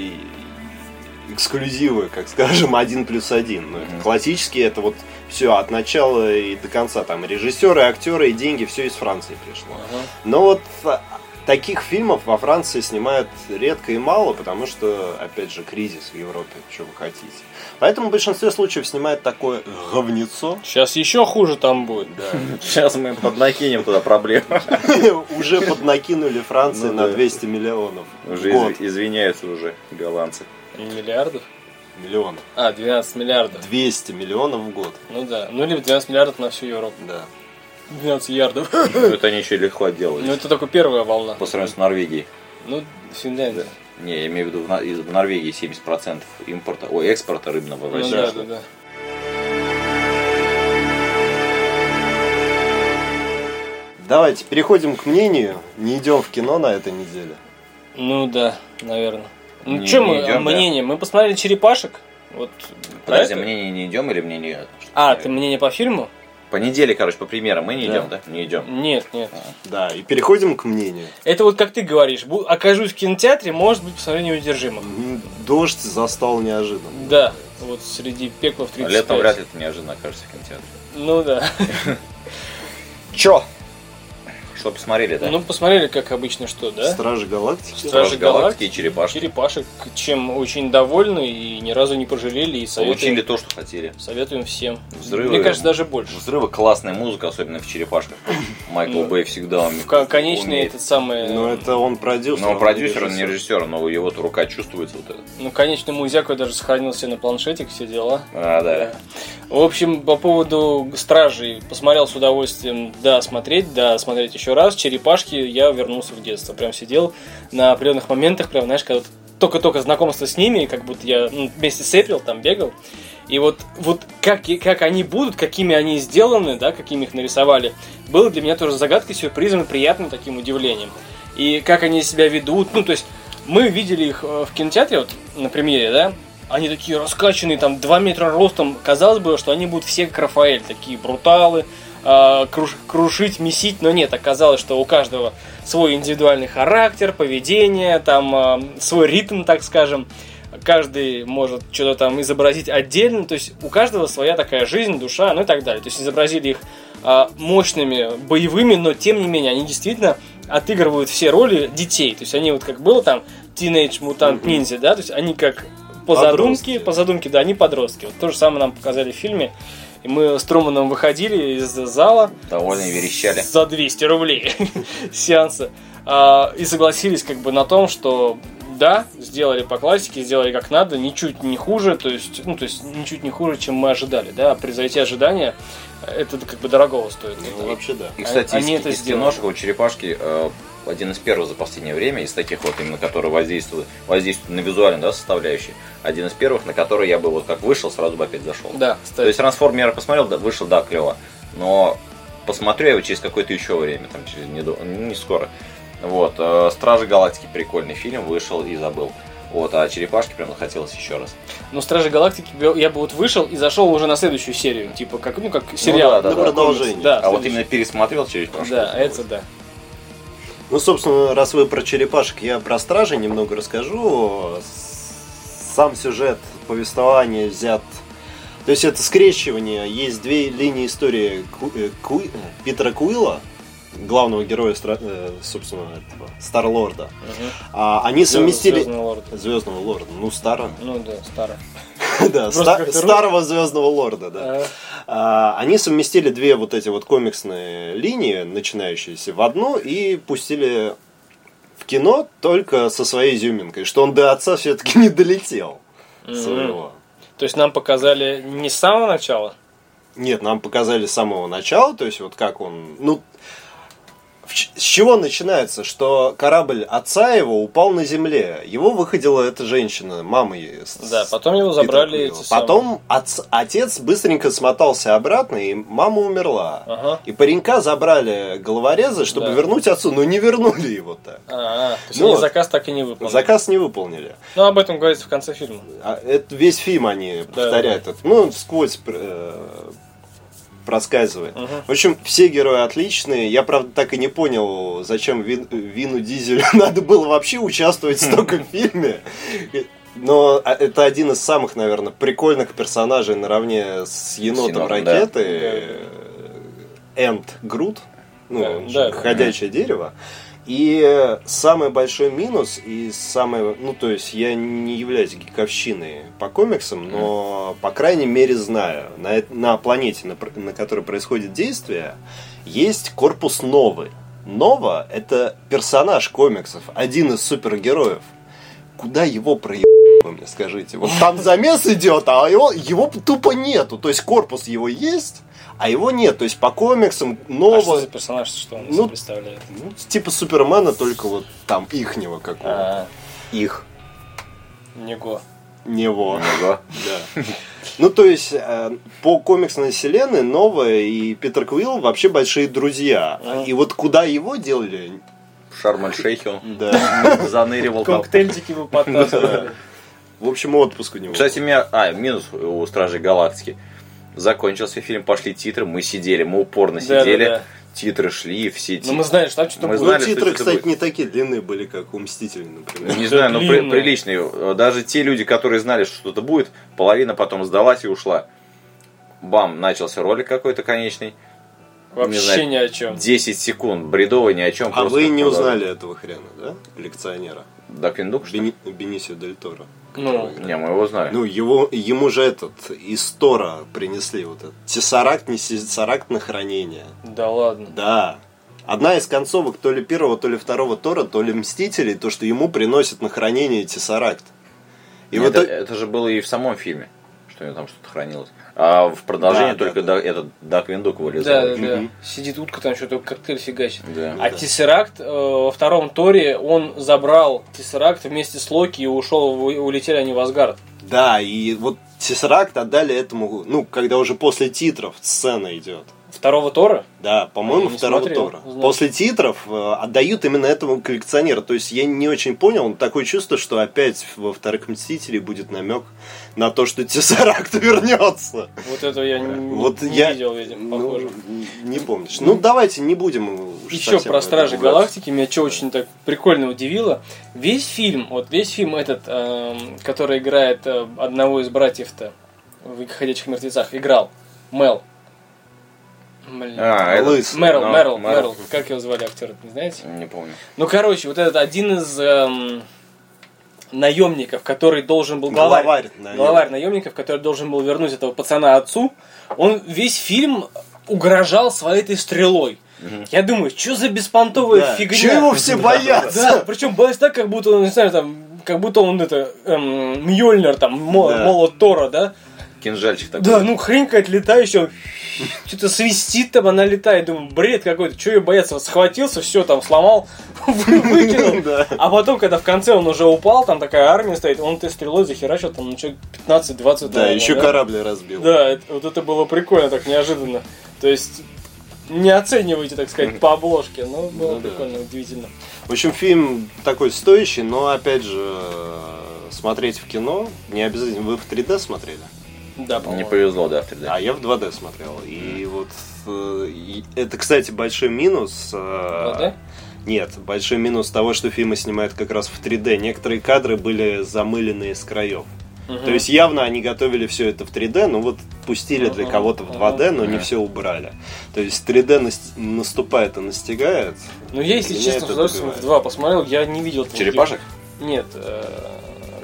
S1: и эксклюзивы, как скажем, один плюс один. Ну, это
S2: Мгм.
S1: классические, это вот все от начала и до конца. Там режиссеры, актеры и деньги, все из Франции пришло.
S3: Ага.
S1: Но вот а, таких фильмов во Франции снимают редко и мало, потому что, опять же, кризис в Европе, что вы хотите. Поэтому в большинстве случаев снимают такое говнецо.
S3: Сейчас еще хуже там будет.
S2: (laughs) Сейчас мы поднакинем туда проблемы.
S1: (laughs) Уже поднакинули Франции
S2: Ну
S1: на
S2: да.
S1: 200 миллионов. в
S2: Уже
S1: год.
S2: изв- извиняются уже (laughs) голландцы.
S3: Миллиардов?
S1: Миллионов.
S3: А, 12 миллиардов.
S1: 200 миллионов в год.
S3: Ну да. Ну либо 12 миллиардов на всю Европу.
S1: Да.
S3: 12 ярдов. (laughs)
S2: Ну, это они еще легко
S3: Ну
S2: делают.
S3: это только первая волна.
S2: По сравнению с Норвегией.
S3: Ну, Финляндия.
S2: Не, я имею в виду, в На- из в Норвегии 70% импорта, ой, экспорта рыбного в
S3: Ну
S2: Россию
S3: да,
S2: шло.
S3: да, да.
S1: Давайте переходим к мнению. Не идем в кино на этой неделе.
S3: Ну да, наверное. Ну
S2: Не-
S3: что
S2: не
S3: мы,
S2: идём, да.
S3: мнение? Мы посмотрели черепашек. Вот. про
S2: Подожди,
S3: это?
S2: мнение не идем или мнение?
S3: А, ты мнение по фильму?
S2: По неделе, короче, по примерам мы не
S1: Да.
S2: идем, да? Не идем.
S3: Нет, нет.
S1: Да, и переходим к мнению.
S3: Это вот как ты говоришь, бу- окажусь в кинотеатре, может быть, посмотрю неудержимых.
S1: М, Дождь застал неожиданно.
S3: Да, вот среди пекла в 35.
S2: Летом вряд ли это неожиданно окажется в кинотеатре.
S3: Ну да.
S2: (laughs) Чё? Что посмотрели, да?
S3: Ну, посмотрели, как обычно, что, да?
S1: Стражи Галактики.
S3: Стражи
S2: Стражи
S3: Галактики
S2: Галактики
S3: и
S2: и Черепашки.
S3: Черепашек, чем очень довольны и ни разу не пожалели, и
S2: Получили
S3: советуем,
S2: то, что хотели.
S3: советуем всем.
S2: Взрывы.
S3: Мне кажется, даже больше.
S2: Взрывы, классная музыка, особенно в Черепашках. Майкл
S3: Ну,
S2: Бэй всегда уме-
S3: В ко- конечный
S2: умеет. Ну,
S3: этот самый...
S1: Но Ну, это он продюсер. а
S2: Но ну, он
S1: не
S2: продюсер, он не
S1: режиссер.
S2: режиссер, но его рука чувствуется вот это.
S3: Ну, конечно, музяку я даже сохранил себе на планшете все дела.
S2: А, да.
S3: В общем, по поводу Стражей. Посмотрел с удовольствием, да, смотреть, да, смотреть еще раз. Черепашки я вернулся в детство. Прям сидел на определенных моментах, прям, знаешь, когда вот только-только знакомство с ними, как будто я ну, вместе с Эприл там бегал. И вот, вот как, и- как они будут, какими они сделаны, да, какими их нарисовали, было для меня тоже загадкой, сюрпризом и приятным таким удивлением. И как они себя ведут, ну, то есть мы видели их э, в кинотеатре, вот, на премьере, да, они такие раскачанные, там, 2 метра ростом. Казалось бы, что они будут все как Рафаэль, такие бруталы, а, круш- крушить, месить, но нет, оказалось, что у каждого свой индивидуальный характер, поведение, там, а, свой ритм, так скажем. Каждый может что-то там изобразить отдельно, то есть у каждого своя такая жизнь, душа, ну и так далее. То есть изобразили их а, мощными, боевыми, но тем не менее они действительно отыгрывают все роли детей. То есть они вот как было там Teenage Mutant
S1: Мгм.
S3: Ninja, да, то есть они как по
S1: Подростки.
S3: задумке, по задумке, да, они подростки. Вот то же самое нам показали в фильме. И мы с Труманом выходили из зала.
S2: Довольно верещали.
S3: За 200 рублей (laughs) сеанса. А, И согласились как бы на том, что да, сделали по классике, сделали как надо, ничуть не хуже, то есть, ну, то есть, ничуть не хуже, чем мы ожидали, да, превзойти ожидания, э, это как бы дорогого стоит.
S1: Ну, вообще да.
S2: И, кстати,
S3: Они
S2: из,
S3: это
S2: из
S3: сделали.
S2: киношек у Черепашки э, один из первых за последнее время, из таких вот именно, которые воздействуют, воздействуют на визуальную да, составляющую, один из первых, на который я бы вот как вышел, сразу бы опять зашел.
S3: Да,
S2: То
S3: кстати.
S2: есть Трансформера посмотрел, да, вышел, да, клево. Но посмотрю я его через какое-то еще время, там через не, до- не скоро. Вот, э, Стражи Галактики прикольный фильм, вышел и забыл. Вот, а Черепашки прям захотелось еще раз.
S3: Но Стражи Галактики б- я бы вот вышел и зашел уже на следующую серию, типа как, ну, как сериал.
S2: да,
S1: На
S2: да.
S1: продолжение.
S3: Да,
S2: а вот
S3: следующий.
S2: именно пересмотрел Черепашки.
S3: Да, это да.
S1: Ну, собственно, раз вы про черепашек, я про стражи немного расскажу. С- Сам сюжет повествования взят... То есть это скрещивание. Есть две линии истории Ку- э, Ку- э, Питера Куилла, главного героя, стра- э, собственно, этого, Старлорда.
S3: Мгм.
S1: А они
S3: Звёздный-
S1: совместили...
S3: Звёздный лорд.
S1: Звездного лорда, ну старого,
S3: Ну да, старый.
S1: (laughs) да,
S3: Просто
S1: ста-
S3: как-то ру-
S1: старого звездного лорда, да.
S3: А,
S1: А, Они совместили две вот эти вот комиксные линии, начинающиеся, в одну и пустили в кино только со своей изюминкой, что он до отца (laughs) все-таки не долетел
S3: Мгм.
S1: своего.
S3: То есть нам показали не с самого начала,
S1: Нет, нам показали с самого начала, то есть вот как он... Ну, в ч- с чего начинается, что корабль отца его упал на земле? Его выходила эта женщина, мама ее. с-
S3: Да,
S1: с-
S3: потом его забрали
S1: Питакуева.
S3: эти самые-
S1: Потом отц- отец быстренько смотался обратно, и мама умерла.
S3: Ага.
S1: И паренька забрали головореза, чтобы
S3: Да.
S1: вернуть отцу, но не вернули его так.
S3: А, то есть
S1: Ну
S3: они
S1: вот.
S3: заказ так и не выполнили.
S1: Заказ не выполнили.
S3: Ну, об этом говорится в конце фильма.
S1: А это весь фильм они
S3: Да,
S1: повторяют. это. Ну, сквозь э, проскальзывает.
S3: Мгм.
S1: В общем, все герои отличные. Я, правда, так и не понял, зачем Вин- Вину Дизелю (laughs) надо было вообще участвовать в столько фильме. Но а, это один из самых, наверное, прикольных персонажей наравне с енотом
S2: енотом, да.
S1: ракеты. Энд Грут. Ну,
S3: Да,
S1: он же
S3: да.
S1: ходячее дерево. И э, самый большой минус, и самое, ну то есть я не являюсь гиковщиной по комиксам, но по крайней мере знаю, на, эт- на планете, на, пр- на которой происходит действие, есть корпус Новы. Нова – это персонаж комиксов, один из супергероев. Куда его проебать? Вы мне скажите. Вот там замес идет, а его, его тупо нету. То есть корпус его есть, а его нет. То есть по комиксам
S3: А что
S1: нового
S3: за персонаж, что он
S1: Ну,
S3: ну, представляет?
S1: ну, типа Супермена, только вот там ихнего какого-то.
S3: А,
S1: Их.
S3: Него.
S1: Него.
S2: Ага.
S1: (laughs) Да. Ну, то есть, э, по комиксной вселенной Новая и Питер Квилл вообще большие друзья.
S3: Мгм.
S1: И вот куда его делали,
S3: (laughs)
S2: Шармаль-Шейхи он
S1: да.
S2: заныривал там.
S3: Коктейльчики
S1: (laughs) Ну,
S3: его подтаскивали.
S1: В общем, отпуск у него.
S2: Кстати, меня... А, минус у Стражей Галактики. Закончился фильм, пошли титры, мы сидели, мы упорно
S3: Да, да,
S2: сидели,
S3: да.
S2: титры шли, все
S3: Ну,
S2: титры.
S3: мы знаем, что там что-то
S2: Мы
S1: ну,
S3: будет.
S2: знали, что
S1: титры,
S2: это
S1: кстати,
S2: будет.
S1: не такие длинные были, как у Мстителей, например.
S2: Не знаю, но при-
S3: длинные.
S2: приличные. Даже те люди, которые знали, что что-то будет, половина потом сдалась и ушла. Бам, начался ролик какой-то конечный. не
S3: Вообще
S2: знаю.
S3: ни о чем.
S2: 10 секунд, бредово ни о чем.
S1: А
S2: просто
S1: вы не
S2: продолжим.
S1: узнали этого хрена, да? Коллекционера.
S2: Да, Киндук, что ли?
S1: Бени- Бенисио Дель Торо.
S3: Ну,
S2: Не, мы его знали.
S1: Ну, его, ему же этот, из Тора принесли вот этот. Тессаракт, не тессаракт на хранение.
S3: да ладно.
S1: Да. Одна из концовок то ли первого, то ли второго Тора, то ли Мстителей, то, что ему приносят на хранение тессаракт. И
S2: Нет,
S1: вот
S2: это, это же было и в самом фильме, что у него там что-то хранилось. А в
S1: Да,
S2: продолжении
S1: да,
S2: только
S1: да.
S2: да- этот Дак Виндук вылезал.
S3: Да, да, да. Сидит утка, там что-то коктейль фигачит.
S2: Да.
S3: А
S1: Да.
S3: Тессеракт э, во втором Торе он забрал Тессеракт вместе с Локи и ушел, в- улетели они в Асгард.
S1: да, и вот тессаракт отдали этому, ну, когда уже после титров сцена идет.
S3: Второго Тора?
S1: Да,
S3: Я
S1: по-моему,
S3: не
S1: второго
S3: смотрел,
S1: Тора.
S3: знаю.
S1: После титров э, отдают именно этому коллекционеру. То есть я не очень понял, но такое чувство, что опять во вторых Мстителей будет намек на то, что Тессаракт (laughs) вернется.
S3: Вот этого я не,
S1: Вот
S3: не
S1: я
S3: видел, видимо,
S1: ну,
S3: похоже.
S1: н- не помнишь. Ну давайте не будем уж
S3: Еще
S1: совсем
S3: про
S1: в это
S3: Стражи
S1: углубляться.
S3: Галактики меня что очень так прикольно удивило. Весь фильм, вот весь фильм этот, эм, который играет э, одного из братьев-то в «Ходячих мертвецах», играл Мел. Блин.
S2: А, этот-
S1: Лысый.
S3: Мэрил,
S2: но-
S3: Мэрил, Мэрил. Как его звали актера, не знаете?
S2: Не помню.
S3: Ну, короче, вот этот один из эм, наемников, который должен был... Главарь.
S1: Главарь, наверное.
S3: Главарь наемников, который должен был вернуть этого пацана отцу, он весь фильм угрожал своей этой стрелой. Я думаю, что за беспонтовая
S1: Да.
S3: фигня?
S1: Чего его все
S3: Да,
S1: боятся?
S3: причем боюсь так, как будто он, не знаю, там, как будто он это, эм, Мьёльнир, там, мо-
S1: Да.
S3: молот Тора, да?
S2: Кинжальчик такой.
S3: Да, ну хрень какая-то летающая, что-то свистит там, она летает, думаю, бред какой-то, чего ее бояться, схватился, все там сломал, (laughs) вы- выкинул.
S1: (laughs) Да.
S3: А потом, когда в конце он уже упал, там такая армия стоит, он этой стрелой захерачил, там, ну, человек 15-20.
S1: Да,
S3: наверное,
S1: еще
S3: да?
S1: корабль разбил.
S3: Да, это- вот это было прикольно, так неожиданно. То есть, не оценивайте, так сказать, по обложке, но было
S1: Ну да.
S3: прикольно, удивительно.
S1: В общем, фильм такой стоящий, но опять же э, смотреть в кино не обязательно. Вы в 3D смотрели?
S3: Да,
S2: Не
S3: по-моему.
S2: повезло, да, в 3D.
S1: А я в 2D смотрел. И вот э, и это, кстати, большой минус. э,
S3: 2D?
S1: Нет, большой минус того, что фильмы снимают как раз в 3D. Некоторые кадры были замылены с краев.
S3: Мгм.
S1: А, То есть явно они готовили все это в 3D, ну вот пустили для
S3: Ага,
S1: кого-то в 2D, но не
S2: Ага.
S1: все убрали. То есть 3D нас- наступает и настигает.
S3: Ну, я, если
S1: Меня
S3: честно,
S1: это
S3: с удовольствием в
S1: добивает.
S3: 2 посмотрел, я не видел... там
S2: Черепашек?
S3: где- Нет, э,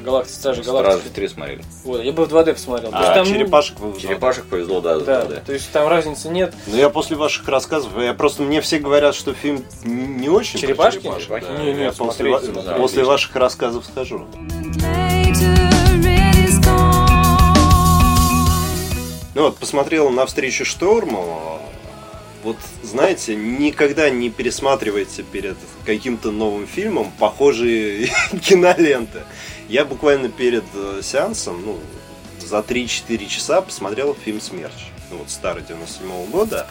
S3: Галактика, Стражи
S2: Стражи
S3: Галактики.
S2: 3 смотрели.
S3: Вот, я бы в 2D посмотрел. То
S1: а
S3: есть там, ну,
S1: черепашек вы в 2D.
S2: Черепашек повезло, да,
S3: Да,
S2: да, да.
S3: то есть там разницы нет.
S1: Ну я после ваших рассказов, я просто мне все говорят, что фильм не очень. про
S3: Черепашки?
S1: черепашек, да.
S2: Черепахи?
S3: Не, не,
S1: Я после,
S3: смотрите,
S1: ва-
S2: смотрите.
S1: после ваших рассказов скажу. Ну вот, посмотрел на встречу Шторму. Вот, знаете, никогда не пересматривайте перед каким-то новым фильмом похожие (laughs) киноленты. Я буквально перед э, сеансом, ну, за 3-4 часа посмотрел фильм «Смерч». Ну, вот старый, 97 -го года.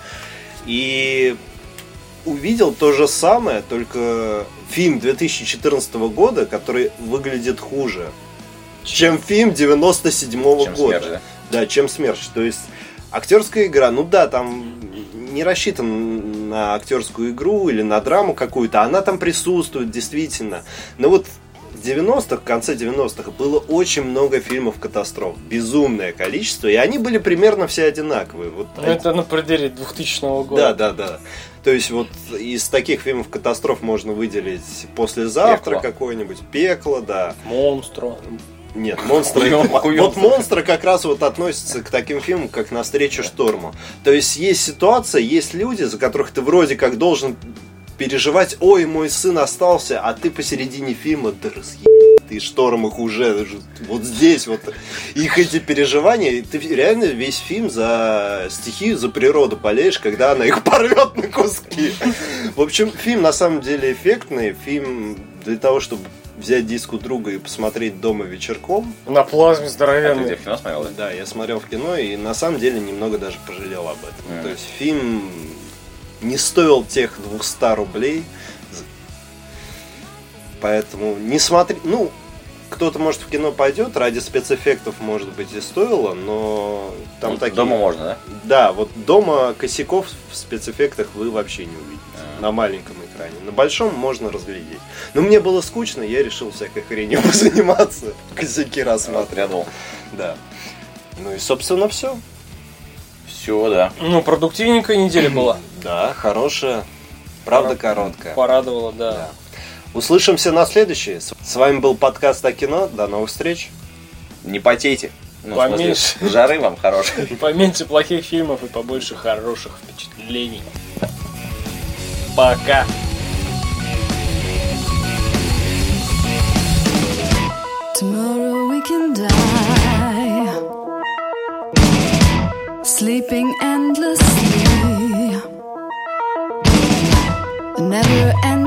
S1: И увидел то же самое, только фильм 2014 года, который выглядит хуже, чем фильм 97 -го
S2: Чем
S1: года.
S2: «Смерч», да?
S1: Да, чем смерч. То есть актерская игра, ну да, там не рассчитан на актерскую игру или на драму какую-то, она там присутствует, действительно. Но вот в 90-х, в конце 90-х было очень много фильмов катастроф. Безумное количество. И они были примерно все одинаковые. Вот
S3: Ну, это на пределе 2000
S1: да,
S3: года.
S1: да, да. То есть вот из таких фильмов катастроф можно выделить «Послезавтра»
S2: «Пекло».
S1: какой-нибудь, «Пекло», да.
S3: Монстру.
S1: Нет, монстры.
S2: Хуём,
S1: это-
S2: хуём.
S1: Вот монстры как раз вот относятся к таким фильмам, как «Навстречу шторму». То есть есть ситуация, есть люди, за которых ты вроде как должен переживать, ой, мой сын остался, а ты посередине фильма, да разъеб ты шторм их уже вот здесь вот их эти переживания, и ты реально весь фильм за стихию, за природу болеешь, когда она их (laughs) порвет на куски. В общем, фильм на самом деле эффектный, фильм для того, чтобы взять диск у друга и посмотреть дома вечерком.
S3: На плазме
S2: А ты где
S3: здоровенной.
S2: кино смотрел? да?
S1: Да, я смотрел в кино и на самом деле немного даже пожалел об этом.
S2: Мгм.
S1: То есть фильм не стоил тех 200 рублей, поэтому не смотри... Ну, кто-то, может, в кино пойдет, ради спецэффектов, может быть, и стоило, но там
S2: Ну,
S1: такие...
S2: Дома можно, да?
S1: Да, вот дома косяков в спецэффектах вы вообще не увидите.
S2: А.
S1: На маленьком экране. На большом можно разглядеть. Но мне было скучно, я решил всякой хренью (laughs) позаниматься. Косяки рассматривать.
S2: Отрядовал.
S1: Да. Ну и, собственно, все.
S2: Все, да.
S3: Ну, продуктивненькая неделя была.
S1: Да, хорошая. Правда короткая.
S3: Порадовала, да.
S1: Да. Услышимся на следующей. С с вами был подкаст о кино. До новых встреч.
S2: Не потейте. Ну, в смысле,
S3: Поменьше.
S2: жары вам хорошие.
S3: Поменьше плохих фильмов и побольше хороших впечатлений. Пока.
S4: Tomorrow we can die. Sleeping endlessly. Never ending.